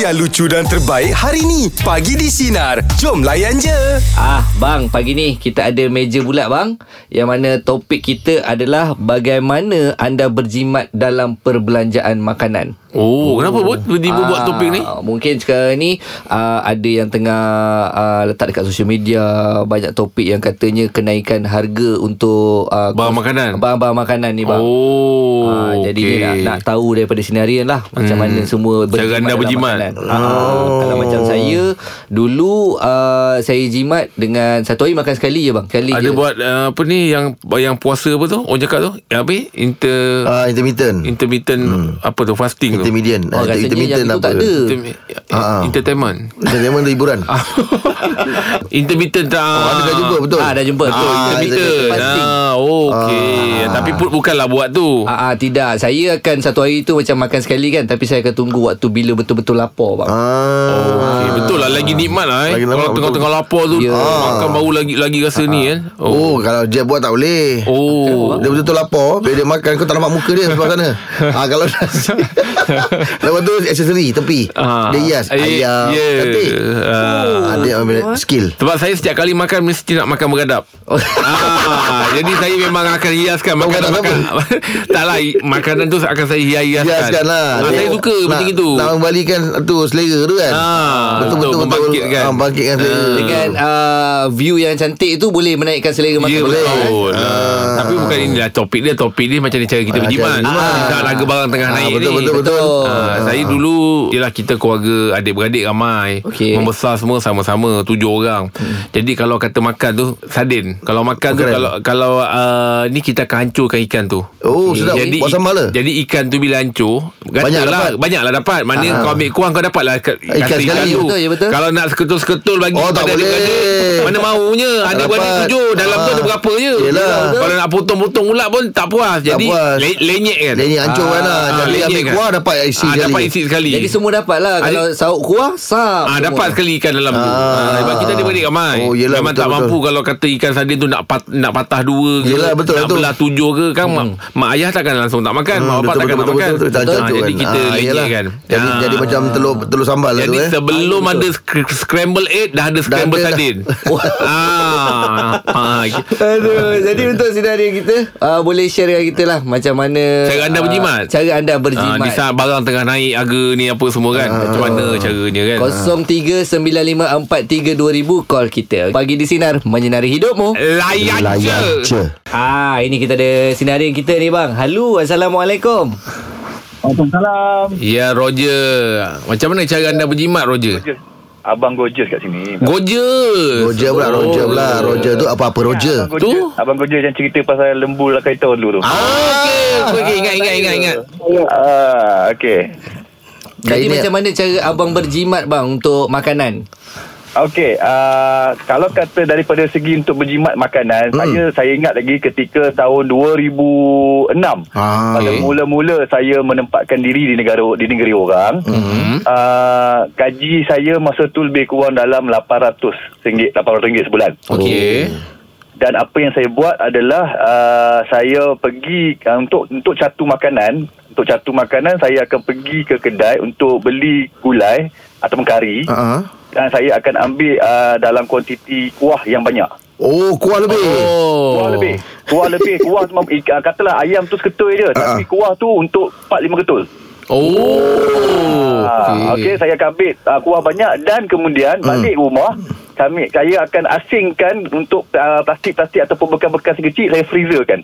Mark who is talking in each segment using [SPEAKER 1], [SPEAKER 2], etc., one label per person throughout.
[SPEAKER 1] yang lucu dan terbaik hari ni. Pagi di Sinar. Jom layan je.
[SPEAKER 2] Ah, bang, pagi ni kita ada meja pula bang Yang mana topik kita adalah Bagaimana anda berjimat dalam perbelanjaan makanan Ah,
[SPEAKER 3] Oh, kenapa bot?
[SPEAKER 4] Ah.
[SPEAKER 3] Tiba-tiba buat topik ni?
[SPEAKER 2] Mungkin sekarang ni uh, Ada yang tengah uh, letak dekat social media Banyak topik yang katanya kenaikan harga untuk uh,
[SPEAKER 3] Bahan makanan?
[SPEAKER 2] Bahan-bahan makanan ni bang
[SPEAKER 3] Oh.
[SPEAKER 2] Ah, jadi okay.
[SPEAKER 3] okey.
[SPEAKER 2] dia nak, nak tahu daripada sinarian lah macam hmm. mana semua
[SPEAKER 3] Cara anda
[SPEAKER 2] dalam
[SPEAKER 3] berjimat. Oh.
[SPEAKER 2] makanan. Ah, kalau macam saya dulu uh, saya jimat dengan satu hari makan sekali je bang. Sekali
[SPEAKER 3] ada
[SPEAKER 2] je.
[SPEAKER 3] buat uh, apa ni yang yang puasa apa tu? Orang cakap tu. Yang Apa? Inter
[SPEAKER 4] Ah, intermittent.
[SPEAKER 3] intermittent apa tu fasting tu.
[SPEAKER 4] Hmm. Intermediate.
[SPEAKER 2] Oh,
[SPEAKER 4] Ah,
[SPEAKER 2] rasanya
[SPEAKER 4] intermittent
[SPEAKER 2] yang itu
[SPEAKER 4] apa?
[SPEAKER 2] tak ada.
[SPEAKER 3] Intermi-
[SPEAKER 4] Ah.
[SPEAKER 3] entertainment.
[SPEAKER 4] Memang hiburan.
[SPEAKER 3] Ah. intermittent tak.
[SPEAKER 4] Oh, ada dah jumpa betul.
[SPEAKER 2] Ah, dah jumpa.
[SPEAKER 3] Betul,
[SPEAKER 2] Betul.
[SPEAKER 4] Ah,
[SPEAKER 3] intermittent.
[SPEAKER 2] intermittent fasting.
[SPEAKER 3] Ah, oh, okey. Tapi pun bukanlah buat tu.
[SPEAKER 2] Ah, ah tidak, saya akan satu hari tu macam makan sekali kan tapi saya akan tunggu waktu bila betul-betul lapar bang.
[SPEAKER 4] Ah.
[SPEAKER 3] Okey, betul lah lagi nikmat lah eh.
[SPEAKER 4] Lagi lama,
[SPEAKER 3] Kalau
[SPEAKER 4] betul.
[SPEAKER 3] tengah-tengah lapar tu
[SPEAKER 2] Ya.
[SPEAKER 3] makan baru lagi lagi rasa ni kan.
[SPEAKER 4] Oh, kalau dia buat tak boleh.
[SPEAKER 3] Oh.
[SPEAKER 4] Dia betul-betul lapar Bila dia makan Kau tak nampak muka dia Sebab sana ha, Kalau nasi Lepas tu aksesori Tepi
[SPEAKER 3] Ah.
[SPEAKER 4] Dia hias
[SPEAKER 3] Eh,
[SPEAKER 4] Ayam
[SPEAKER 3] ya.
[SPEAKER 4] Cantik
[SPEAKER 3] Ah.
[SPEAKER 4] Ah, Dia ambil skill
[SPEAKER 3] Sebab saya setiap kali makan Mesti nak makan beradab ah, Jadi saya memang akan hiaskan
[SPEAKER 4] Kau
[SPEAKER 3] Makanan
[SPEAKER 4] makan apa?
[SPEAKER 3] makan Tak lah Makanan tu akan saya hias-hiaskan
[SPEAKER 4] Hiaskan lah
[SPEAKER 3] ah,
[SPEAKER 4] Dia
[SPEAKER 3] Saya suka
[SPEAKER 4] nak-
[SPEAKER 3] macam itu
[SPEAKER 4] Nak membalikan tu Selera tu kan
[SPEAKER 3] Ah,
[SPEAKER 4] Betul-betul
[SPEAKER 3] betul, membangkitkan.
[SPEAKER 4] ah, Membangkitkan selera
[SPEAKER 2] Dengan uh, view yang cantik tu boleh menaikkan selera
[SPEAKER 3] Ya
[SPEAKER 2] makan.
[SPEAKER 3] betul
[SPEAKER 4] boleh.
[SPEAKER 3] ah. Tapi bukan inilah topik dia Topik dia macam ni cara kita
[SPEAKER 4] Ah,
[SPEAKER 3] berjimat
[SPEAKER 4] cara berjimat.
[SPEAKER 3] Saat harga barang tengah
[SPEAKER 4] Ah,
[SPEAKER 3] naik
[SPEAKER 4] betul,
[SPEAKER 3] ni
[SPEAKER 4] betul, betul.
[SPEAKER 3] Ah, Saya dulu Yelah kita keluarga Adik-beradik ramai
[SPEAKER 2] Okey.
[SPEAKER 3] Membesar semua sama-sama Tujuh orang
[SPEAKER 4] Hmm.
[SPEAKER 3] Jadi kalau kata makan tu Sardin Kalau makan tu
[SPEAKER 4] Keren.
[SPEAKER 3] Kalau kalau uh, Ni kita akan hancurkan ikan tu
[SPEAKER 4] Oh, sedap. Buat sambal ke?
[SPEAKER 3] Jadi ikan tu bila hancur
[SPEAKER 4] Banyak
[SPEAKER 3] katalah-
[SPEAKER 4] dapat. Ah.
[SPEAKER 3] Banyaklah dapat Mana kau ambil kuang Kau dapatlah ikan,
[SPEAKER 4] Ikan sekali.
[SPEAKER 2] Betul, ya, betul.
[SPEAKER 3] Kalau nak seketul-seketul bagi
[SPEAKER 4] Oh, tak
[SPEAKER 3] kepada
[SPEAKER 4] boleh.
[SPEAKER 3] adik-beradik, Mana maunya Adik-beradik
[SPEAKER 4] Dapat.
[SPEAKER 3] tujuh Dalam tu
[SPEAKER 4] Ah.
[SPEAKER 3] ada berapa je
[SPEAKER 4] Yelah.
[SPEAKER 3] Kalau nak potong-potong pula pun Tak puas Jadi
[SPEAKER 4] puas.
[SPEAKER 3] le- lenyek kan
[SPEAKER 4] Dia ni hancur kan lah
[SPEAKER 3] Ah,
[SPEAKER 4] Jadi
[SPEAKER 3] lenyek
[SPEAKER 4] ambil
[SPEAKER 3] kan.
[SPEAKER 4] kuah Dapat isi
[SPEAKER 3] Ah,
[SPEAKER 4] sekali
[SPEAKER 3] Dapat isi sekali
[SPEAKER 2] Jadi semua dapat lah
[SPEAKER 3] Ada-
[SPEAKER 2] Kalau sauk kuah Sap
[SPEAKER 3] Ah,
[SPEAKER 2] semua.
[SPEAKER 3] dapat sekali ikan dalam tu.
[SPEAKER 4] Ah.
[SPEAKER 3] Ah, sebab kita ada balik ramai.
[SPEAKER 4] Oh, yelah,
[SPEAKER 3] Memang
[SPEAKER 4] betul,
[SPEAKER 3] tak
[SPEAKER 4] betul.
[SPEAKER 3] mampu kalau kata ikan sardin tu nak pat, nak patah dua ke.
[SPEAKER 4] Yelah, Hmm. betul,
[SPEAKER 3] nak
[SPEAKER 4] betul.
[SPEAKER 3] belah tujuh ke kan mak, mak ayah takkan langsung tak makan, mak bapak takkan
[SPEAKER 4] Betul, betul,
[SPEAKER 3] nak
[SPEAKER 4] betul,
[SPEAKER 3] makan.
[SPEAKER 4] betul, betul,
[SPEAKER 3] Ah,
[SPEAKER 4] betul,
[SPEAKER 3] jadi
[SPEAKER 4] betul.
[SPEAKER 3] kita
[SPEAKER 4] Ah, yelah.
[SPEAKER 3] lenyek kan.
[SPEAKER 4] Jadi,
[SPEAKER 3] Ah.
[SPEAKER 4] jadi macam telur telur sambal lah
[SPEAKER 3] Jadi
[SPEAKER 4] tu eh.
[SPEAKER 3] sebelum ada sk- scramble egg dah ada scramble
[SPEAKER 4] ada dah.
[SPEAKER 3] sardin. ah. ah.
[SPEAKER 2] Aduh, jadi untuk sinari kita uh, boleh share dengan kita lah macam mana
[SPEAKER 3] Cara anda
[SPEAKER 2] ah,
[SPEAKER 3] berjimat.
[SPEAKER 2] Cara anda
[SPEAKER 3] Ah, di
[SPEAKER 2] berjimat.
[SPEAKER 3] saat barang tengah naik harga ni apa semua
[SPEAKER 4] Ah,
[SPEAKER 3] kan. Macam mana caranya kan.
[SPEAKER 2] 0395432000 call kita. Pagi di sinar menyinari hidupmu.
[SPEAKER 3] Layan,
[SPEAKER 4] Layan je.
[SPEAKER 3] je.
[SPEAKER 2] Ah, ini kita ada sinari kita ni bang. Halo, assalamualaikum.
[SPEAKER 5] Waalaikumsalam.
[SPEAKER 3] Ya Roger Macam mana cara anda berjimat Roger?
[SPEAKER 5] Abang Gojes kat sini.
[SPEAKER 3] Gojek
[SPEAKER 4] Roger pula Roger pula
[SPEAKER 3] Oh.
[SPEAKER 4] Roger tu apa-apa Roger
[SPEAKER 5] Abang Gojes,
[SPEAKER 3] Tu?
[SPEAKER 5] Abang Gojes yang cerita pasal lembu lah kereta dulu tu.
[SPEAKER 3] Ah, okey. Okey, ingat, ingat, ingat, ingat.
[SPEAKER 5] Ah, okey.
[SPEAKER 2] Jadi
[SPEAKER 4] Jadi
[SPEAKER 2] macam mana cara abang berjimat bang untuk makanan?
[SPEAKER 5] Okey, uh, kalau kata daripada segi untuk berjimat
[SPEAKER 3] Hmm.
[SPEAKER 5] makanan, saya saya ingat lagi ketika tahun 2006.
[SPEAKER 4] Ah,
[SPEAKER 5] pada
[SPEAKER 3] okey.
[SPEAKER 5] mula-mula saya menempatkan diri di negara di negeri orang.
[SPEAKER 3] Hmm.
[SPEAKER 5] Uh, gaji saya masa tu lebih kurang dalam RM800 ringgit, RM800 sebulan.
[SPEAKER 3] Okey.
[SPEAKER 5] dan apa yang saya buat adalah uh, saya pergi uh, untuk untuk catu makanan untuk catu makanan saya akan pergi ke kedai untuk beli gulai atau kari
[SPEAKER 4] Ah, ah.
[SPEAKER 5] dan saya akan ambil uh, dalam kuantiti kuah yang banyak
[SPEAKER 4] Oh kuah lebih
[SPEAKER 3] Oh.
[SPEAKER 5] kuah lebih kuah lebih kuah cuma, eh, katalah ayam tu seketul je tapi kuah tu untuk 4 5 ketul
[SPEAKER 3] Oh.
[SPEAKER 5] Ah, Okey, saya akan ambil uh, kuah banyak dan kemudian balik rumah kami saya akan asingkan untuk uh, plastik-plastik ataupun bekas-bekas kecil saya freezerkan.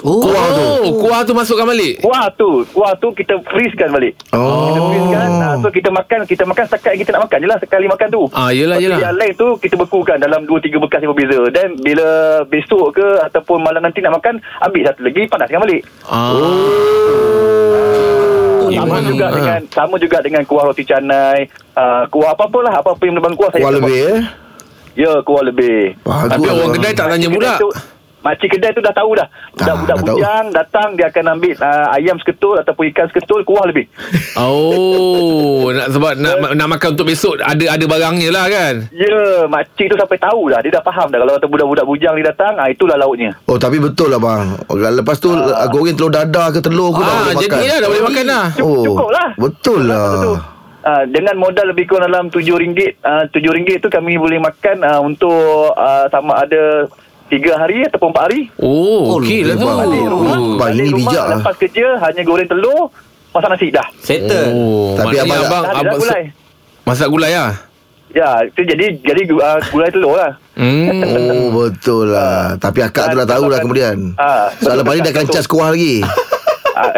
[SPEAKER 2] Oh,
[SPEAKER 3] Kuah tu. Kuah tu masukkan balik.
[SPEAKER 5] Kuah tu, kuah tu kita freezekan balik. Kita
[SPEAKER 4] Oh
[SPEAKER 5] freezekan, ah, so kita makan, kita makan setakat yang kita nak makan je lah sekali makan tu.
[SPEAKER 3] Ah, yelah,
[SPEAKER 5] Lepas tu
[SPEAKER 3] yelah.
[SPEAKER 5] Yang lain tu kita bekukan dalam 2-3 bekas yang berbeza. Dan bila besok ke ataupun malam nanti nak makan, ambil satu lagi panaskan balik.
[SPEAKER 3] Ah. Oh. memang,
[SPEAKER 5] sama juga
[SPEAKER 3] ah.
[SPEAKER 5] dengan sama juga dengan kuah roti canai, ah, kuah apa-apalah, apa-apa yang berlubang kuah saya.
[SPEAKER 4] Kuah
[SPEAKER 5] akan
[SPEAKER 4] lebih eh
[SPEAKER 5] makan. Ya, kuah lebih.
[SPEAKER 4] Bagus
[SPEAKER 3] Tapi orang kedai tak tanya
[SPEAKER 5] Makcik
[SPEAKER 3] pula.
[SPEAKER 5] kedai tu- Makcik kedai tu dah tahu dah.
[SPEAKER 4] Ah,
[SPEAKER 5] Budak-budak
[SPEAKER 4] dah tahu.
[SPEAKER 5] bujang datang dia akan ambil ah, ayam seketul ataupun ikan seketul, kuah lebih.
[SPEAKER 3] Oh, nak sebab nak nak makan untuk besok ada ada barangnya lah kan.
[SPEAKER 5] Ya, yeah, makcik tu sampai tahu dah. Dia dah faham dah kalau kata budak-budak bujang dia datang, ah itulah lauknya.
[SPEAKER 4] Oh tapi betul lah bang Lepas tu ah. Goreng telur dadah ke telur ke Oh, dah
[SPEAKER 3] Ah,
[SPEAKER 4] boleh
[SPEAKER 3] jadi
[SPEAKER 4] makan.
[SPEAKER 3] dah dah boleh makan dah.
[SPEAKER 5] Cukup- cukup lah.
[SPEAKER 4] Oh, Betul lah
[SPEAKER 5] Betul. Uh, dengan modal lebih kurang dalam RM7 uh, RM7 tu kami boleh makan uh, untuk uh, sama ada 3 hari ataupun 4 hari
[SPEAKER 3] Oh,
[SPEAKER 2] Oh,
[SPEAKER 3] okey lah
[SPEAKER 2] lebih
[SPEAKER 3] tu.
[SPEAKER 2] balik rumah.
[SPEAKER 3] Oh.
[SPEAKER 4] Wah, ini
[SPEAKER 5] Balik rumah
[SPEAKER 4] bijak lah.
[SPEAKER 5] lepas kerja hanya goreng telur masak nasi dah
[SPEAKER 2] Settle.
[SPEAKER 3] Oh,
[SPEAKER 4] Tapi
[SPEAKER 3] maknanya
[SPEAKER 4] abang-
[SPEAKER 5] dah ada dah gulai
[SPEAKER 3] masak gulai lah.
[SPEAKER 5] ya itu jadi jadi uh, gulai telur lah
[SPEAKER 3] Hmm.
[SPEAKER 4] Oh betul lah Tapi akak tu dah tahu lah kemudian
[SPEAKER 5] Ah.
[SPEAKER 4] Soalan paling dah akan cas kuah lagi
[SPEAKER 5] uh,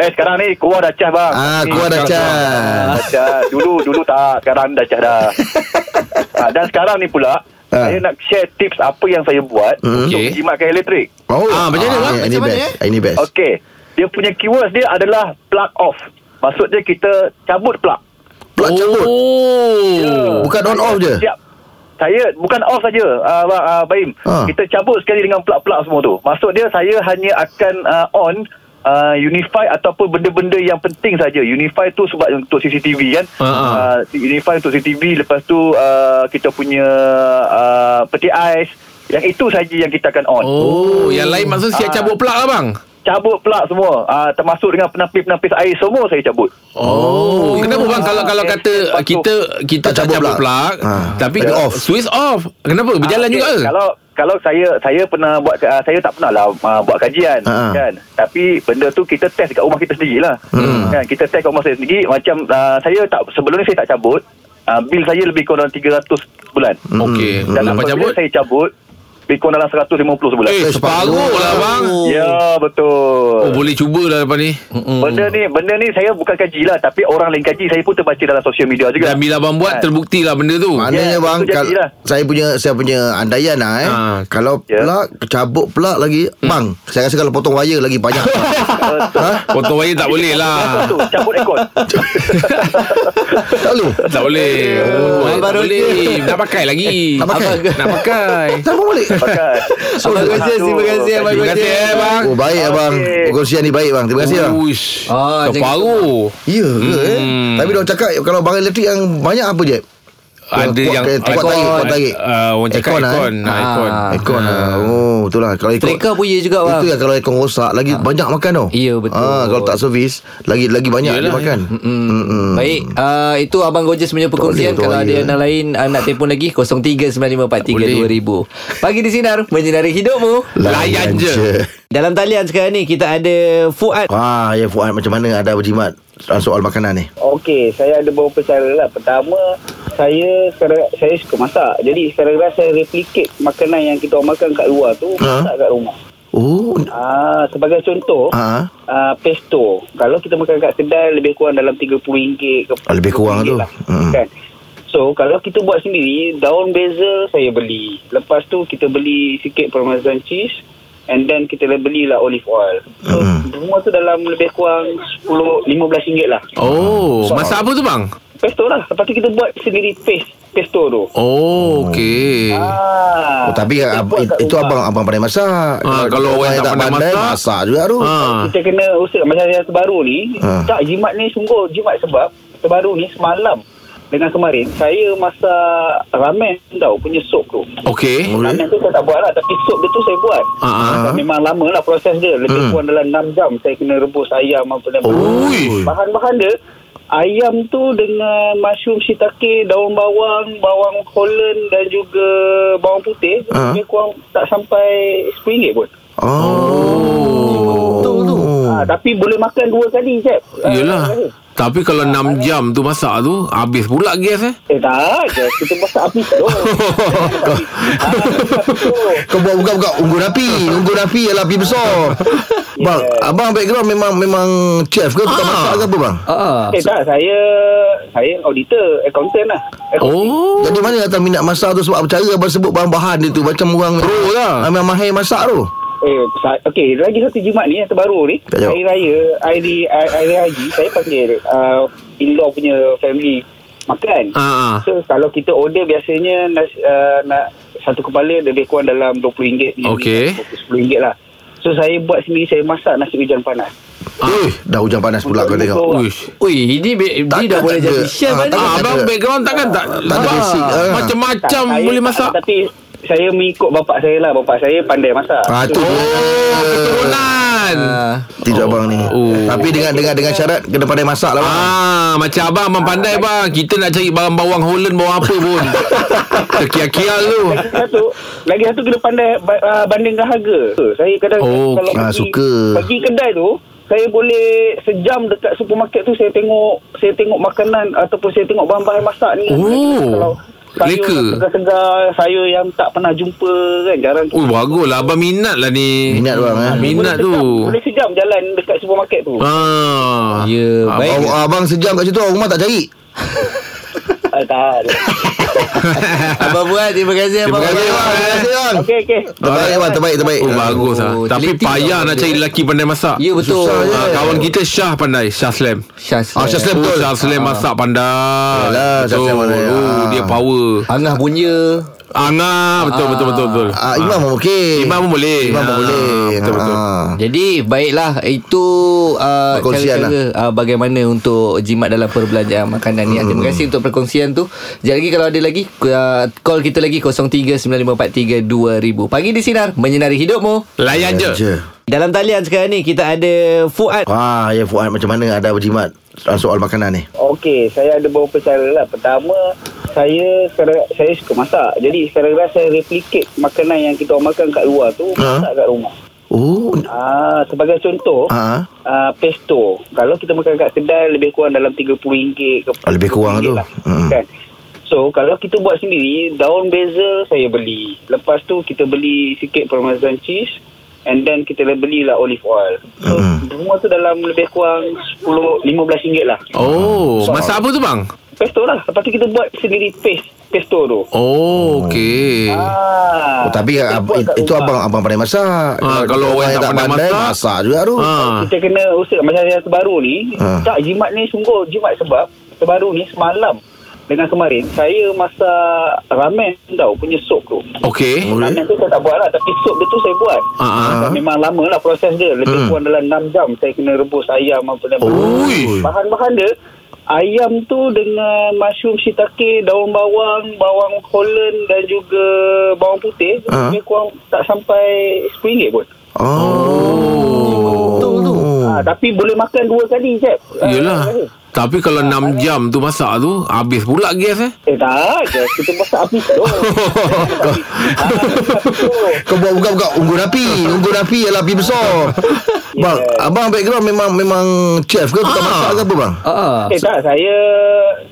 [SPEAKER 5] eh sekarang ni kuah dah cah bang
[SPEAKER 4] Ah,
[SPEAKER 5] Ni-
[SPEAKER 4] Kuah dah cas
[SPEAKER 5] Ah, dah. Dulu dulu tak Sekarang dah cah dah ah, Dan sekarang ni pula
[SPEAKER 4] Ah.
[SPEAKER 5] Saya nak share tips Apa yang saya buat
[SPEAKER 4] Hmm.
[SPEAKER 5] Untuk
[SPEAKER 3] Okey.
[SPEAKER 5] jimatkan elektrik
[SPEAKER 4] Oh
[SPEAKER 3] Ah, macam mana, eh?
[SPEAKER 4] ah,
[SPEAKER 3] bang?
[SPEAKER 4] ini- Ini
[SPEAKER 2] Macam
[SPEAKER 4] best
[SPEAKER 2] mana,
[SPEAKER 4] Ini best
[SPEAKER 5] Okey Dia punya keywords dia adalah Plug off Maksudnya kita Cabut plug
[SPEAKER 4] Plug cabut
[SPEAKER 5] Ya.
[SPEAKER 3] Oh.
[SPEAKER 4] Bukan on off je
[SPEAKER 5] Siap saya bukan off saja uh, uh, Baim
[SPEAKER 4] Ah.
[SPEAKER 5] kita cabut sekali dengan plug-plug semua tu maksud dia saya hanya akan uh, on uh, unify ataupun benda-benda yang penting saja unify tu sebab untuk CCTV kan
[SPEAKER 3] Ah, ah.
[SPEAKER 5] uh, unify untuk CCTV lepas tu uh, kita punya uh, peti ais yang itu saja yang kita akan on
[SPEAKER 3] Oh, yang lain maksud siap cabut plug lah bang.
[SPEAKER 5] cabut plug semua uh, termasuk dengan penapis-penapis air semua saya cabut
[SPEAKER 3] Oh, kenapa bang kalau kalau
[SPEAKER 5] Okay,
[SPEAKER 3] kata
[SPEAKER 5] lepas tu-
[SPEAKER 3] kita kita tak cabut plug,
[SPEAKER 4] Ah,
[SPEAKER 3] tapi
[SPEAKER 4] tapi
[SPEAKER 3] off.
[SPEAKER 4] off.
[SPEAKER 3] Switch off. Kenapa? Berjalan
[SPEAKER 5] Ah,
[SPEAKER 3] juga ke?
[SPEAKER 5] Kalau kalau saya saya pernah buat uh, saya tak pernah lah uh, buat kajian
[SPEAKER 3] Ah,
[SPEAKER 4] Ha, ha.
[SPEAKER 5] kan. Tapi benda tu kita test dekat rumah kita sendirilah. Hmm. Kan kita test kat rumah saya sendiri macam uh, saya tak sebelum ni saya tak cabut. Uh, bil saya lebih kurang 300 bulan.
[SPEAKER 3] Okey.
[SPEAKER 5] Dan
[SPEAKER 3] Hmm. Dapat
[SPEAKER 5] apabila
[SPEAKER 3] cabut.
[SPEAKER 5] saya cabut lebih kurang dalam 150 sebulan.
[SPEAKER 3] Eh, separuh lah bang.
[SPEAKER 5] Ya betul.
[SPEAKER 3] Oh, boleh cubalah lepas ni.
[SPEAKER 5] Benda ni benda ni saya bukan kaji lah tapi orang lain kaji saya pun terbaca dalam sosial media juga.
[SPEAKER 3] Dan bila abang buat
[SPEAKER 5] Kan.
[SPEAKER 3] terbuktilah benda tu.
[SPEAKER 4] Maknanya
[SPEAKER 5] Ya,
[SPEAKER 4] bang
[SPEAKER 5] itu
[SPEAKER 4] kal-
[SPEAKER 5] jadilah.
[SPEAKER 4] Saya punya Saya punya andaian lah eh
[SPEAKER 3] Ha.
[SPEAKER 4] Kalau
[SPEAKER 5] Ya.
[SPEAKER 4] plug Cabut plug lagi
[SPEAKER 3] Hmm.
[SPEAKER 4] Bang Saya rasa kalau potong wire lagi banyak
[SPEAKER 5] Betul.
[SPEAKER 3] Potong wayar tak boleh lah.
[SPEAKER 5] Ah, Betul, cabut ekor.
[SPEAKER 4] Tak perlu
[SPEAKER 3] Tak boleh. Oh,
[SPEAKER 2] Abang
[SPEAKER 3] tak
[SPEAKER 2] Roger.
[SPEAKER 3] boleh. Nak pakai lagi.
[SPEAKER 4] Tak pakai?
[SPEAKER 3] Nak pakai.
[SPEAKER 4] Tak apa boleh
[SPEAKER 5] Pakai.
[SPEAKER 2] Abang Roger, terima kasih, Abang
[SPEAKER 3] Terima kasih eh bang.
[SPEAKER 4] Oh baik
[SPEAKER 5] Okey.
[SPEAKER 4] abang Perkongsian ni baik bang Terima kasih lah. bang
[SPEAKER 3] Uish.
[SPEAKER 2] Ah, lah.
[SPEAKER 3] Ah,
[SPEAKER 2] macam
[SPEAKER 3] separuh.
[SPEAKER 4] Ya ke eh
[SPEAKER 3] Hmm.
[SPEAKER 4] Tapi diorang cakap Kalau barang elektrik yang banyak apa je
[SPEAKER 3] Ada
[SPEAKER 4] Kuat-
[SPEAKER 3] yang
[SPEAKER 4] kuat tarik, kuat tarik.
[SPEAKER 3] Ah, Orang cakap
[SPEAKER 4] Aircon,
[SPEAKER 3] aircon.
[SPEAKER 2] eh?
[SPEAKER 3] Ah, Aircon.
[SPEAKER 2] Ah.
[SPEAKER 4] Aircon lah Oh betul lah Kalau aircon
[SPEAKER 2] Tracker punya juga bang.
[SPEAKER 4] Itu yang kalau aircon rosak Lagi banyak makan tau
[SPEAKER 2] Ya, betul.
[SPEAKER 4] Ah, Kalau tak servis Lagi lagi banyak
[SPEAKER 3] Yalah,
[SPEAKER 4] dia makan
[SPEAKER 2] Mm. Baik, uh, itu Abang Gojes punya perkongsian.
[SPEAKER 4] Boleh,
[SPEAKER 2] Kalau
[SPEAKER 4] boleh.
[SPEAKER 2] ada yang lain uh, nak telefon lagi, 0395432000. Pagi di Sinar, menyinari hidupmu.
[SPEAKER 3] Layan je.
[SPEAKER 2] Dalam talian sekarang ni, kita ada Fuad.
[SPEAKER 4] Wah ya Fuad macam mana ada berjimat ah, Soal makanan ni
[SPEAKER 6] Okey, saya ada beberapa cara lah. Pertama, saya sekarang saya suka masak. Jadi sekarang kadang saya replicate makanan yang kita orang makan kat luar tu
[SPEAKER 4] Ha?
[SPEAKER 6] masak kat rumah.
[SPEAKER 4] Oh
[SPEAKER 6] Ah, sebagai contoh, ah
[SPEAKER 4] ah,
[SPEAKER 6] pesto. Kalau kita makan kat kedai lebih kurang dalam RM30 ke
[SPEAKER 4] Ah, lebih kurang
[SPEAKER 6] RM40
[SPEAKER 4] tu.
[SPEAKER 6] Lah,
[SPEAKER 4] Hmm.
[SPEAKER 6] Kan? So, kalau kita buat sendiri, daun basil saya beli. Lepas tu kita beli sikit parmesan cheese and then kita belilah olive oil. So,
[SPEAKER 4] Hmm.
[SPEAKER 6] semua tu dalam lebih kurang 10 15 ringgit lah.
[SPEAKER 3] Oh, masak apa tu bang?
[SPEAKER 6] Pesto lah Lepas tu kita buat sendiri paste Pesto tu
[SPEAKER 3] Oh, okey.
[SPEAKER 6] Ah,
[SPEAKER 4] Oh, tapi
[SPEAKER 6] kita
[SPEAKER 4] ab,
[SPEAKER 6] buat kat
[SPEAKER 4] itu
[SPEAKER 6] rumah.
[SPEAKER 4] abang abang pandai masak.
[SPEAKER 3] Ah, kalau orang yang tak pandai masak,
[SPEAKER 4] masak juga tu.
[SPEAKER 3] Ha.
[SPEAKER 6] Kita kena usaha Macam yang terbaru ni
[SPEAKER 4] Ah.
[SPEAKER 6] Tak jimat ni sungguh Jimat sebab Terbaru ni semalam Dengan kemarin Saya masak Ramen tau Punya sup tu
[SPEAKER 3] Okey.
[SPEAKER 4] Boleh.
[SPEAKER 6] Ramen tu saya tak buat lah Tapi sup dia tu saya buat
[SPEAKER 3] Ha ah.
[SPEAKER 6] Dan Memang lama lah proses dia Lebih kurang dalam 6 jam Saya kena rebus ayam apa dan
[SPEAKER 3] Ui.
[SPEAKER 6] Bahan-bahan dia Ayam tu dengan mushroom shiitake, daun bawang, bawang holland dan juga bawang putih
[SPEAKER 4] Ah.
[SPEAKER 6] Dia kurang tak sampai RM10 pun
[SPEAKER 4] Oh. Betul tu.
[SPEAKER 6] ah, Tapi boleh makan dua kali Ah, je
[SPEAKER 3] Yelah. Tapi kalau 6 jam tu masak tu Habis pula gas eh
[SPEAKER 6] Eh tak je. Kita masak api slow Ah, api slow.
[SPEAKER 4] Kau buat buka-buka unggun api. Unggun api ialah api besar. Bang, abang background memang memang chef ke tukang masak ke apa bang?
[SPEAKER 2] Ah.
[SPEAKER 6] Eh tak saya Saya auditor Accountant lah Accounting.
[SPEAKER 3] Oh
[SPEAKER 4] Jadi mana datang minat masak tu sebab cara abang sebut bahan-bahan dia tu macam orang pro
[SPEAKER 3] lah.
[SPEAKER 4] Memang mahir masak tu.
[SPEAKER 6] Eh, sa- okey, lagi satu jimat ni yang terbaru ni.
[SPEAKER 4] Tak jawab.
[SPEAKER 6] Hari raya, hari hari haji, saya panggil uh, in-law punya family makan.
[SPEAKER 3] Ha ah.
[SPEAKER 6] So, kalau kita order biasanya nas, uh, nak satu kepala lebih kurang dalam RM20.
[SPEAKER 3] Okey.
[SPEAKER 6] RM10 lah. So, saya buat sendiri, saya masak nasi hujan panas.
[SPEAKER 4] Eh, dah hujan panas pula kau tengok.
[SPEAKER 3] Ah. Uish
[SPEAKER 2] Ui, ini, be-
[SPEAKER 4] Tak,
[SPEAKER 2] ini dah
[SPEAKER 4] tak,
[SPEAKER 2] boleh
[SPEAKER 4] tak
[SPEAKER 2] jadi
[SPEAKER 4] ada.
[SPEAKER 2] chef
[SPEAKER 4] Ah,
[SPEAKER 2] kan ni.
[SPEAKER 4] tak
[SPEAKER 3] Ah, abang
[SPEAKER 4] ada.
[SPEAKER 3] background takkan tak,
[SPEAKER 4] Tak ada
[SPEAKER 3] Ah,
[SPEAKER 4] basic, ah.
[SPEAKER 3] Macam-macam
[SPEAKER 6] saya-
[SPEAKER 3] boleh masak
[SPEAKER 6] Tapi, saya mengikut bapak saya lah. Bapak saya pandai masak.
[SPEAKER 4] Ah, tu.
[SPEAKER 6] So,
[SPEAKER 4] dia.
[SPEAKER 3] Oh keturunan kan
[SPEAKER 2] Ah.
[SPEAKER 4] Tidak oh. abang ni
[SPEAKER 3] Oh.
[SPEAKER 4] Tapi dengan dengan dengan syarat Kena pandai masak lah bang
[SPEAKER 3] Ah, macam abang abang pandai bang. Kita nak cari barang bawang Holland bawang apa pun. Terkia-kia tu.
[SPEAKER 6] Lagi satu Lagi satu kena pandai ba- ah, Bandingkan harga Saya kadang
[SPEAKER 3] Oh,
[SPEAKER 6] kalau
[SPEAKER 4] ah,
[SPEAKER 6] pergi,
[SPEAKER 4] suka.
[SPEAKER 6] pergi kedai tu Saya boleh Sejam dekat supermarket tu Saya tengok Saya tengok makanan Ataupun saya tengok bahan-bahan masak ni
[SPEAKER 3] Oh.
[SPEAKER 6] Kalau Sayur
[SPEAKER 3] Leka.
[SPEAKER 6] yang segar-segar Sayur yang tak pernah jumpa kan Jarang
[SPEAKER 3] Oh, baguslah abang minat lah ni.
[SPEAKER 4] Minat bang eh.
[SPEAKER 3] Minat
[SPEAKER 6] Boleh
[SPEAKER 3] tu.
[SPEAKER 6] sejam- Boleh sejam jalan Dekat supermarket tu
[SPEAKER 3] Ah.
[SPEAKER 2] Ya, baik.
[SPEAKER 4] Abang, abang sejam kat situ Orang rumah tak cari
[SPEAKER 6] ah, Tak
[SPEAKER 2] Ah. Abang Buat, terima kasih
[SPEAKER 3] Terima
[SPEAKER 2] Abang
[SPEAKER 3] kasih
[SPEAKER 2] Buat.
[SPEAKER 3] bang. eh.
[SPEAKER 4] Terima kasih bang
[SPEAKER 6] Okay okay
[SPEAKER 4] Terbaik bang Terbaik terbaik
[SPEAKER 3] Oh, bagus ah.
[SPEAKER 2] Oh,
[SPEAKER 3] Tapi
[SPEAKER 2] teliti
[SPEAKER 3] payah
[SPEAKER 2] bang
[SPEAKER 3] nak
[SPEAKER 2] dia.
[SPEAKER 3] cari lelaki pandai masak.
[SPEAKER 2] Ya, betul.
[SPEAKER 4] Susah je.
[SPEAKER 3] Ah, kawan kita Syah pandai Syah Slam
[SPEAKER 2] Syaz.
[SPEAKER 4] Ah, Syaz Slam.
[SPEAKER 3] Oh
[SPEAKER 4] Betul.
[SPEAKER 3] Syah Slam masak pandai
[SPEAKER 4] Yalah, Syah Slam pandai.
[SPEAKER 3] Oh
[SPEAKER 4] Ah.
[SPEAKER 3] dia power
[SPEAKER 2] Angah punya.
[SPEAKER 3] Angah Betul betul betul betul
[SPEAKER 4] Ah, imam pun okey.
[SPEAKER 3] Imam pun boleh.
[SPEAKER 4] Imam pun
[SPEAKER 3] Ah,
[SPEAKER 4] boleh.
[SPEAKER 3] betul, betul.
[SPEAKER 4] Ah.
[SPEAKER 2] Jadi baiklah itu uh,
[SPEAKER 4] Perkongsian
[SPEAKER 2] cara-cara uh, bagaimana untuk jimat dalam perbelanjaan makanan ni. Ah, Terima kasih untuk perkongsian tu. Sekejap lagi kalau ada lagi uh, call kita lagi 0395432000. Pagi di sinar menyinari hidupmu.
[SPEAKER 3] Layan je
[SPEAKER 4] Je.
[SPEAKER 2] Dalam talian sekarang ni kita ada Fuad.
[SPEAKER 4] Wah, ya Fuad macam mana ada berjimat soal, soal makanan ni?
[SPEAKER 6] Okey, saya ada beberapa cara lah. Pertama, saya sekarang saya suka masak. Jadi sekarang kadang saya replicate makanan yang kita orang makan kat luar tu
[SPEAKER 4] Ha?
[SPEAKER 6] masak kat rumah.
[SPEAKER 4] Oh,
[SPEAKER 6] Ah, sebagai contoh, ah,
[SPEAKER 4] ah,
[SPEAKER 6] pesto. Kalau kita makan kat kedai lebih kurang dalam RM30 ke
[SPEAKER 4] Ah, lebih kurang
[SPEAKER 6] RM40
[SPEAKER 4] tu.
[SPEAKER 6] Lah,
[SPEAKER 4] Hmm.
[SPEAKER 6] Kan? So kalau kita buat sendiri Daun beza saya beli Lepas tu kita beli sikit parmesan cheese And then kita beli lah olive oil So
[SPEAKER 4] Mm-mm.
[SPEAKER 6] semua tu dalam lebih kurang 10 15 ringgit lah
[SPEAKER 4] Ah,
[SPEAKER 3] Oh Masak apa tu bang
[SPEAKER 6] Pesto lah Lepas tu kita buat sendiri paste Pesto tu
[SPEAKER 3] Oh okay
[SPEAKER 6] Ah,
[SPEAKER 4] oh, tapi
[SPEAKER 6] Kita
[SPEAKER 4] ah,
[SPEAKER 6] buat kat
[SPEAKER 4] itu
[SPEAKER 6] rumah.
[SPEAKER 4] abang abang pandai masak.
[SPEAKER 3] Ah, kalau orang yang tak pandai masak,
[SPEAKER 4] masak juga tu.
[SPEAKER 3] Ah.
[SPEAKER 6] Kita kena usaha Macam yang terbaru ni
[SPEAKER 4] Ah.
[SPEAKER 6] Tak jimat ni sungguh Jimat sebab Terbaru ni semalam Dengan kemarin Saya masak Ramen tau Punya sop tu
[SPEAKER 3] Okay
[SPEAKER 4] Boleh.
[SPEAKER 6] Ramen tu saya tak buat lah Tapi sop dia tu saya buat
[SPEAKER 3] Ah, ah.
[SPEAKER 6] Sebab Memang lama lah proses dia
[SPEAKER 3] Hmm.
[SPEAKER 6] Lebih kurang dalam 6 jam Saya kena rebus ayam apa dan
[SPEAKER 3] Ui.
[SPEAKER 6] Bahan-bahan dia Ayam tu dengan mushroom shiitake, daun bawang, bawang holland dan juga bawang putih.
[SPEAKER 3] Ha?
[SPEAKER 4] Ah.
[SPEAKER 6] Lebih kurang tak sampai RM10 pun.
[SPEAKER 4] Oh. Betul tu.
[SPEAKER 6] Ah, tapi boleh makan dua kali Ha, je. ah.
[SPEAKER 3] Yelah Tapi kalau 6 jam tu masak tu Habis pula gas eh
[SPEAKER 6] Eh tak je. Kita masak api tu. Ah, api tu.
[SPEAKER 4] Kau buat buka-buka unggun api, unggun api ialah api besar. Bang, abang background memang memang chef ke tukang masak ke apa bang?
[SPEAKER 2] Ah.
[SPEAKER 6] Eh tak saya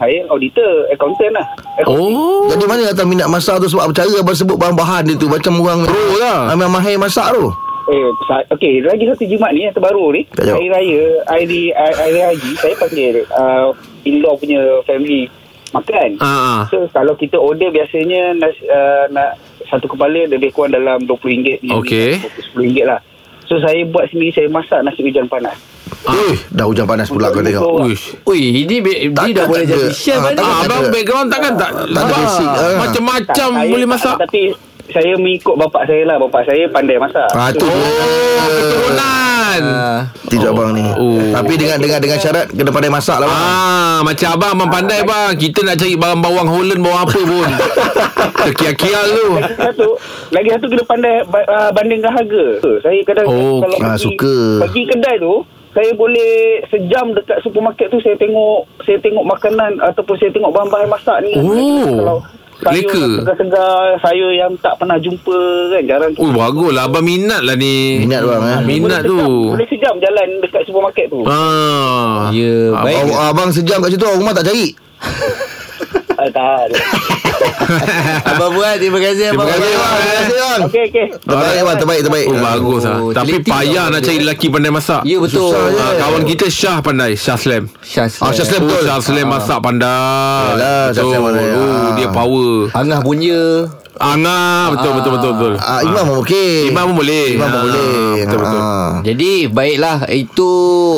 [SPEAKER 6] saya auditor accountant lah.
[SPEAKER 3] Oh
[SPEAKER 4] Jadi mana datang minat masak tu sebab cara abang sebut bahan-bahan dia tu macam orang
[SPEAKER 3] Pro lah.
[SPEAKER 4] Memang mahir masak tu.
[SPEAKER 6] Eh sa- okey lagi satu jimat ni yang terbaru ni.
[SPEAKER 4] Tak jawab.
[SPEAKER 6] Hari raya, hari hari haji saya panggil uh, in-law punya family makan.
[SPEAKER 3] Ah, ah.
[SPEAKER 6] So kalau kita order biasanya nas, uh, nak satu kepala lebih kurang dalam RM20.
[SPEAKER 3] Okey.
[SPEAKER 6] RM10 lah. So saya buat sendiri saya masak nasi hujan panas.
[SPEAKER 4] Eh, dah hujan panas pula kau tengok.
[SPEAKER 3] Ah. Uish
[SPEAKER 2] Ui, ini be-
[SPEAKER 4] Takkan
[SPEAKER 2] dia dah boleh
[SPEAKER 4] ada.
[SPEAKER 2] jadi chef ah,
[SPEAKER 4] Ah,
[SPEAKER 2] ni.
[SPEAKER 4] tak-
[SPEAKER 3] Ah, abang
[SPEAKER 4] ada.
[SPEAKER 3] background takkan tak
[SPEAKER 4] Tak ada
[SPEAKER 3] Abang,
[SPEAKER 4] basic, ah.
[SPEAKER 6] Tak,
[SPEAKER 3] Macam-macam
[SPEAKER 6] saya-
[SPEAKER 3] boleh masak
[SPEAKER 6] Tapi saya mengikut bapak saya lah. Bapak saya pandai masak.
[SPEAKER 4] Ah, tu.
[SPEAKER 3] Oh keturunan
[SPEAKER 2] Ah.
[SPEAKER 4] Tidak abang ni.
[SPEAKER 3] Oh.
[SPEAKER 4] Tapi dengan dengan dengan syarat kena pandai masak lah bang.
[SPEAKER 3] Ah, macam abang abang pandai bang. Kita nak cari barang bawang Holland bawang apa pun. Terkia-kia tu.
[SPEAKER 6] Lagi satu, lagi satu kena pandai ba- ah, bandingkan harga. Saya kadang
[SPEAKER 3] Oh,
[SPEAKER 6] kalau
[SPEAKER 4] ah,
[SPEAKER 6] pergi,
[SPEAKER 4] suka.
[SPEAKER 6] pergi kedai tu, saya boleh sejam dekat supermarket tu saya tengok saya tengok makanan ataupun saya tengok bahan-bahan masak ni.
[SPEAKER 3] Oh.
[SPEAKER 6] Kalau sayur
[SPEAKER 3] Leka.
[SPEAKER 6] yang segar-segar, sayur yang tak pernah jumpa kan jarang.
[SPEAKER 3] Ui, baguslah abang minat lah ni.
[SPEAKER 4] Minat bang eh.
[SPEAKER 3] Oh, Minat
[SPEAKER 6] Boleh
[SPEAKER 3] tu.
[SPEAKER 6] sejam- Boleh sejam jalan dekat supermarket tu.
[SPEAKER 3] Ah.
[SPEAKER 2] Ya, baik.
[SPEAKER 4] Abang, abang sejam kat situ orang rumah tak cari.
[SPEAKER 6] Ah, tak.
[SPEAKER 2] Abang Buat, terima kasih
[SPEAKER 3] Terima
[SPEAKER 2] Abang
[SPEAKER 3] kasih,
[SPEAKER 2] Buat.
[SPEAKER 3] abang.
[SPEAKER 4] Terima kasih bang.
[SPEAKER 6] Okey, okey.
[SPEAKER 4] Terbaik bang, terbaik terbaik.
[SPEAKER 3] Oh bagus ah.
[SPEAKER 2] Oh,
[SPEAKER 3] Tapi
[SPEAKER 2] teliti
[SPEAKER 3] payah
[SPEAKER 2] abang
[SPEAKER 3] nak
[SPEAKER 2] dia.
[SPEAKER 3] cari lelaki pandai masak.
[SPEAKER 2] Ya, betul.
[SPEAKER 4] Susah je.
[SPEAKER 3] Ah, kawan kita Syah pandai, Syah Slam.
[SPEAKER 2] Syaz.
[SPEAKER 4] Ah, Syaz Slam
[SPEAKER 3] Oh,
[SPEAKER 4] betul.
[SPEAKER 3] Syah Slam masak pandai.
[SPEAKER 4] Yalah, Syah
[SPEAKER 3] betul.
[SPEAKER 4] Slam pandai.
[SPEAKER 3] Oh,
[SPEAKER 4] Ah.
[SPEAKER 3] dia power.
[SPEAKER 2] Angah punya.
[SPEAKER 3] Angah, betul betul betul betul.
[SPEAKER 4] Ah, imam pun okey.
[SPEAKER 3] Imam pun boleh.
[SPEAKER 4] Imam pun
[SPEAKER 3] Ah,
[SPEAKER 4] boleh.
[SPEAKER 3] betul, betul.
[SPEAKER 4] Ah.
[SPEAKER 2] Jadi baiklah itu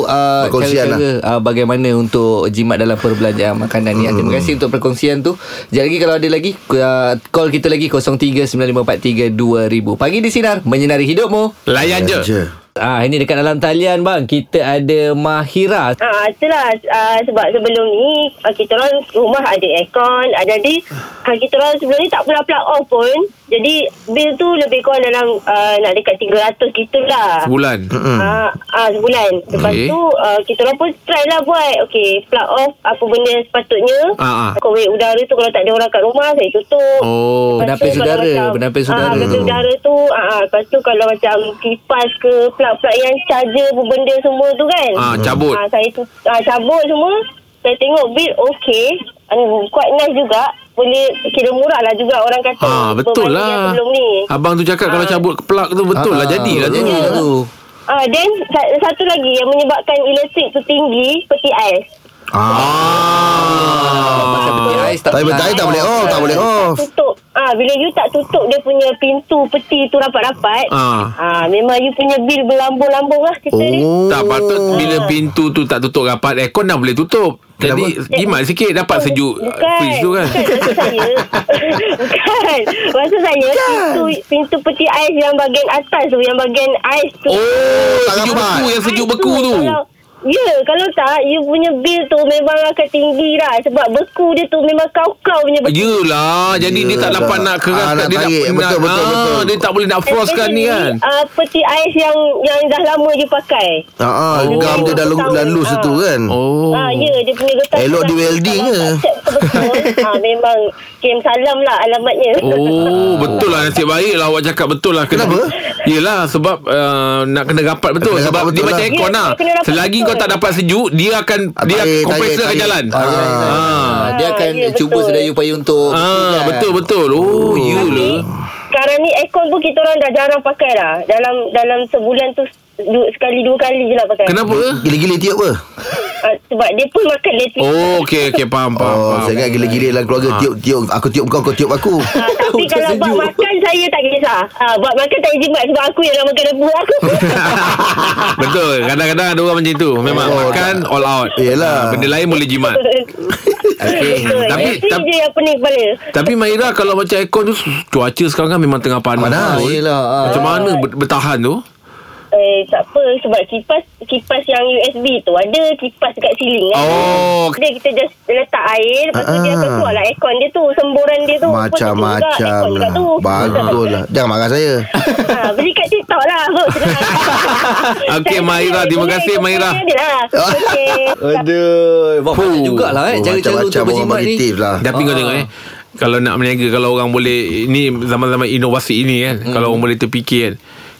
[SPEAKER 2] uh,
[SPEAKER 4] Perkongsian lah.
[SPEAKER 2] cara-cara uh, bagaimana untuk jimat dalam perbelanjaan makanan ni. Ah, Terima kasih
[SPEAKER 4] Hmm.
[SPEAKER 2] untuk perkongsian tu. Sekejap lagi kalau ada lagi uh, call kita lagi 0395432000. Pagi di sinar menyinari hidupmu.
[SPEAKER 3] Layan je.
[SPEAKER 4] Je.
[SPEAKER 2] Ah ini dekat dalam talian bang. Kita ada Mahira.
[SPEAKER 7] Ah, itulah ah, sebab sebelum ni ah, kita orang rumah ada aircon. Ah, jadi ha, kita orang sebelum ni tak pernah plug off pun. Jadi bil tu lebih kurang dalam uh, nak dekat 300 gitulah.
[SPEAKER 3] Sebulan.
[SPEAKER 4] Hmm.
[SPEAKER 7] Ah, ah sebulan. Lepas
[SPEAKER 3] Okey.
[SPEAKER 7] okay. tu uh, kita orang pun try lah buat. Okey, plug off apa benda yang sepatutnya.
[SPEAKER 3] Ah, ah.
[SPEAKER 7] Covid udara tu kalau tak ada orang kat rumah saya tutup.
[SPEAKER 3] Oh.
[SPEAKER 7] Lepas tu
[SPEAKER 2] Penapis
[SPEAKER 7] kalau
[SPEAKER 2] udara,
[SPEAKER 7] macam-
[SPEAKER 2] penapis udara.
[SPEAKER 7] Ah, penapis udara tu. Ah, ah, lepas tu kalau macam kipas ke plug-plug yang charger apa benda semua tu kan.
[SPEAKER 3] Ah, cabut.
[SPEAKER 7] Ah, saya tu ah, cabut semua. Saya tengok bil okey. Um, quite nice juga. Boleh kira murah lah juga orang kata.
[SPEAKER 3] Ha, betul
[SPEAKER 7] berbanding yang
[SPEAKER 3] lah.
[SPEAKER 7] Sebelum ni.
[SPEAKER 3] Abang tu cakap kalau cabut ke plug tu betul
[SPEAKER 4] Ah.
[SPEAKER 3] lah jadi lah tu.
[SPEAKER 2] Jadi
[SPEAKER 4] Hmm.
[SPEAKER 2] lah tu.
[SPEAKER 7] Ah, then sa- satu lagi yang menyebabkan elektrik tu tinggi, peti ais.
[SPEAKER 3] Ah.
[SPEAKER 2] Pasal peti ais tak
[SPEAKER 4] Ah. Tapi betul
[SPEAKER 2] pernah.
[SPEAKER 4] tak boleh off, tak boleh Oh. off.
[SPEAKER 7] Tutup. Ah, bila you tak tutup dia punya pintu peti tu rapat-rapat.
[SPEAKER 3] Ah.
[SPEAKER 7] ah memang you punya bil berlambung-lambung lah
[SPEAKER 3] Oh.
[SPEAKER 7] kita ni.
[SPEAKER 4] Oh.
[SPEAKER 3] Tak patut bila pintu tu tak tutup rapat aircon dah boleh tutup. Jadi jimat sikit dapat sejuk uh,
[SPEAKER 7] Bukan
[SPEAKER 3] fridge tu kan.
[SPEAKER 7] Bukan maksud saya Bukan Maksud saya pintu, pintu peti ais yang bahagian atas tu Yang bahagian ais tu
[SPEAKER 3] Oh,
[SPEAKER 4] Tak
[SPEAKER 3] sejuk
[SPEAKER 4] rapat.
[SPEAKER 3] beku yang sejuk
[SPEAKER 7] Ais
[SPEAKER 3] beku tu.
[SPEAKER 7] kalau- Ya, kalau tak, you punya bil tu memang akan tinggi lah. Sebab beku dia tu memang kau-kau punya beku.
[SPEAKER 3] Ya, Yelah, jadi dia tak
[SPEAKER 4] Yelah.
[SPEAKER 3] dapat nak
[SPEAKER 4] Ah,
[SPEAKER 3] keras
[SPEAKER 4] nak
[SPEAKER 3] dia
[SPEAKER 4] tarik.
[SPEAKER 3] nak
[SPEAKER 4] Betul, betul,
[SPEAKER 3] ah,
[SPEAKER 4] betul.
[SPEAKER 3] dia tak boleh nak frost kan ni kan.
[SPEAKER 7] Uh, peti ais yang yang dah lama you pakai.
[SPEAKER 4] Ha ah,
[SPEAKER 3] Oh.
[SPEAKER 4] gam dia dah lu- dah loose
[SPEAKER 7] Ah.
[SPEAKER 4] tu kan.
[SPEAKER 3] Oh.
[SPEAKER 7] Ah, ya, dia punya letak.
[SPEAKER 4] Elok di welding ke?
[SPEAKER 7] Betul. ah, memang Kim Salam lah alamatnya.
[SPEAKER 3] Oh, betul lah nasib baik lah awak cakap betul lah. Kena,
[SPEAKER 4] Kenapa?
[SPEAKER 3] Yelah sebab uh, nak kena rapat betul
[SPEAKER 4] Kena
[SPEAKER 3] kena sebab
[SPEAKER 4] rapat
[SPEAKER 3] dia
[SPEAKER 4] betul
[SPEAKER 3] macam
[SPEAKER 4] lah.
[SPEAKER 3] aircon
[SPEAKER 7] Ya,
[SPEAKER 3] lah.
[SPEAKER 7] kena rapat
[SPEAKER 3] Selagi
[SPEAKER 7] betul.
[SPEAKER 3] kau tak dapat sejuk dia akan
[SPEAKER 4] Ah,
[SPEAKER 3] dia
[SPEAKER 4] tarik,
[SPEAKER 3] kompresor
[SPEAKER 4] tarik,
[SPEAKER 3] akan
[SPEAKER 4] tarik.
[SPEAKER 3] jalan.
[SPEAKER 4] Ah,
[SPEAKER 3] Ah.
[SPEAKER 2] Ah, dia akan
[SPEAKER 7] Ah, ya,
[SPEAKER 2] cuba
[SPEAKER 7] betul.
[SPEAKER 2] sedaya upaya untuk
[SPEAKER 3] Ah, betul betul. Oh, yelah.
[SPEAKER 7] Sekarang ni aircon pun kita orang dah jarang pakai dah. Dalam dalam sebulan tu du, sekali dua kali je lah pakai.
[SPEAKER 3] Kenapa?
[SPEAKER 4] Gila-gila tiup ke?
[SPEAKER 7] Ah, sebab dia pun makan elektrik.
[SPEAKER 3] Oh, okey okey faham faham.
[SPEAKER 4] Oh,
[SPEAKER 3] faham. Ah.
[SPEAKER 4] saya ingat gila-gila dalam keluarga tiup-tiup. Aku tiup kau, kau tiup aku.
[SPEAKER 7] Ah, tapi kalau buat makan saya tak kisah. Ah, buat makan tak jimat sebab aku yang nak makan dapur aku.
[SPEAKER 3] Betul. Kadang-kadang ada orang macam tu. Memang
[SPEAKER 4] Oh,
[SPEAKER 3] makan all out.
[SPEAKER 4] Yelah.
[SPEAKER 3] Ah, Benda lain boleh jimat. tapi-
[SPEAKER 7] Okay. Tapi,
[SPEAKER 3] tapi-
[SPEAKER 7] je yang pening kepala.
[SPEAKER 3] Tapi Mahira kalau macam aircon tu cuaca sekarang kan memang tengah panas.
[SPEAKER 4] Panas,
[SPEAKER 3] Oi.
[SPEAKER 2] yelah, ah.
[SPEAKER 3] Macam mana ber- bertahan tu?
[SPEAKER 7] Eh, tak apa sebab kipas kipas yang USB tu ada kipas dekat siling kan.
[SPEAKER 3] Oh.
[SPEAKER 7] Dia kita just letak air lepas tu dia akan
[SPEAKER 4] Ah.
[SPEAKER 7] keluar lah aircon dia tu semboran dia tu pun tutup juga,
[SPEAKER 4] Macam-macam
[SPEAKER 7] aircon juga
[SPEAKER 4] lah.
[SPEAKER 7] tu.
[SPEAKER 4] Bagus lah. Jangan marah saya.
[SPEAKER 2] Eh,
[SPEAKER 7] ha, beli kat TikTok lah.
[SPEAKER 3] Okey, Mahirah. Terima kasih, Mahirah.
[SPEAKER 7] lah. Okey.
[SPEAKER 2] Aduh, buat banyak
[SPEAKER 3] Fuh.
[SPEAKER 2] jugalah eh
[SPEAKER 4] Oh,
[SPEAKER 2] cara-cara untuk
[SPEAKER 4] macam-macam orang
[SPEAKER 2] berjimat
[SPEAKER 4] bagi
[SPEAKER 2] ni.
[SPEAKER 4] tips lah.
[SPEAKER 3] Tapi kau tengok eh Kalau nak meniaga Kalau orang boleh Ini zaman-zaman inovasi ini kan
[SPEAKER 4] Hmm.
[SPEAKER 3] Kalau orang boleh terfikir kan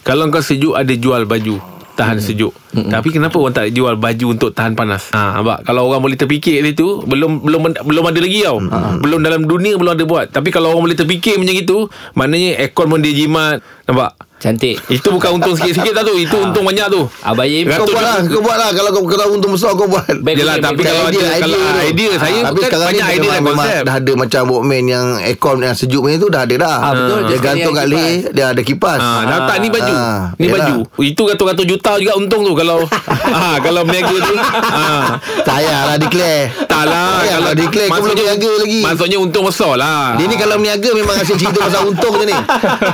[SPEAKER 3] Kalau kau sejuk Ada jual baju
[SPEAKER 4] Hmm.
[SPEAKER 3] Tahan sejuk Tapi kenapa orang tak jual baju Untuk tahan panas ha, nampak? Kalau orang boleh terfikir itu Belum belum belum ada lagi tau
[SPEAKER 4] Hmm.
[SPEAKER 3] Belum dalam dunia Belum ada buat Tapi kalau orang boleh terfikir Macam itu Maknanya aircon pun dia jimat Nampak
[SPEAKER 2] Cantik.
[SPEAKER 3] Itu bukan untung sikit-sikit tak tu Itu
[SPEAKER 4] Ah.
[SPEAKER 3] untung banyak tu
[SPEAKER 2] Abayim
[SPEAKER 4] Kau buat lah. Kau buat lah. Kalau kau kau untung besar, kau buat.
[SPEAKER 2] Baik, baik,
[SPEAKER 3] Yelah tapi
[SPEAKER 2] baik,
[SPEAKER 3] kalau
[SPEAKER 2] baik.
[SPEAKER 3] ada
[SPEAKER 4] idea,
[SPEAKER 3] Kalau
[SPEAKER 4] idea tu. Ah,
[SPEAKER 3] idea saya
[SPEAKER 4] Tapi
[SPEAKER 3] kan
[SPEAKER 4] sekarang
[SPEAKER 3] Banyak
[SPEAKER 4] ni
[SPEAKER 3] idea
[SPEAKER 4] memang,
[SPEAKER 3] dan
[SPEAKER 4] memang
[SPEAKER 3] konsep
[SPEAKER 4] dah ada macam Walkman yang aircon yang sejuk punya tu dah ada dah.
[SPEAKER 2] Ah, betul.
[SPEAKER 4] Dia
[SPEAKER 2] Dia
[SPEAKER 4] gantung kat
[SPEAKER 2] sekali ada
[SPEAKER 4] leher, dia ada kipas.
[SPEAKER 3] Ah, dah tak ni baju.
[SPEAKER 4] Ah,
[SPEAKER 3] ni
[SPEAKER 4] yelah.
[SPEAKER 3] baju. Itu ratus-ratus juta juga untung tu kalau ah kalau berniaga tu. ah.
[SPEAKER 4] Sayanglah declare.
[SPEAKER 3] Tak lah
[SPEAKER 4] Sayang
[SPEAKER 3] kalau
[SPEAKER 4] lah declare kau belum berniaga lagi.
[SPEAKER 3] Maksudnya untung besar lah
[SPEAKER 4] Dia ni kalau berniaga memang asyik cerita pasal untung je ni.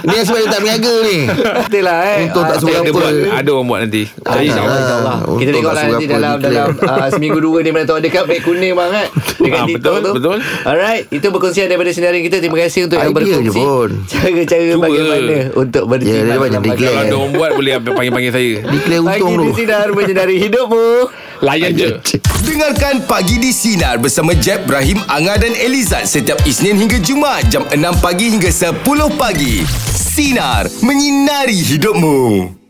[SPEAKER 4] Dia sebab dia tak berniaga ni.
[SPEAKER 2] Betul lah eh.
[SPEAKER 4] Untung
[SPEAKER 2] Ah,
[SPEAKER 4] tak
[SPEAKER 3] Eh,
[SPEAKER 4] suruh apa.
[SPEAKER 3] dia buat, Ada orang buat nanti
[SPEAKER 2] Ah,
[SPEAKER 3] Jadi,
[SPEAKER 2] InsyaAllah
[SPEAKER 4] Ah,
[SPEAKER 2] InsyaAllah
[SPEAKER 4] untung
[SPEAKER 2] Kita
[SPEAKER 4] tak
[SPEAKER 2] tengok lah
[SPEAKER 4] suruh
[SPEAKER 2] nanti
[SPEAKER 4] apa,
[SPEAKER 2] dalam
[SPEAKER 4] declare.
[SPEAKER 2] Dalam ah, seminggu dua ni Mana tahu ada kad Baik kuning bang kan Dengan
[SPEAKER 3] Ah,
[SPEAKER 2] TikTok
[SPEAKER 3] betul,
[SPEAKER 2] tu
[SPEAKER 3] betul.
[SPEAKER 2] Alright Itu perkongsian daripada sinarin kita Terima kasih untuk yang
[SPEAKER 4] Idea je
[SPEAKER 2] berkongsi
[SPEAKER 4] pun.
[SPEAKER 2] Cara-cara
[SPEAKER 3] Cuba.
[SPEAKER 2] bagaimana Untuk berjimat
[SPEAKER 4] Ya, dia banyak
[SPEAKER 2] dalam
[SPEAKER 4] declare.
[SPEAKER 3] Kalau
[SPEAKER 2] makanan.
[SPEAKER 3] ada orang buat Boleh panggil-panggil saya
[SPEAKER 4] Declare
[SPEAKER 2] Pagi
[SPEAKER 4] untung
[SPEAKER 2] di
[SPEAKER 4] tu.
[SPEAKER 2] sinar Menyinari hidupmu
[SPEAKER 3] Layan je
[SPEAKER 1] Dengarkan Pagi di Sinar bersama Jeb, Ibrahim, Anga dan Elizad setiap Isnin hingga Jumaat jam 6 pagi hingga 10 pagi. Sinar, menyinari hidupmu.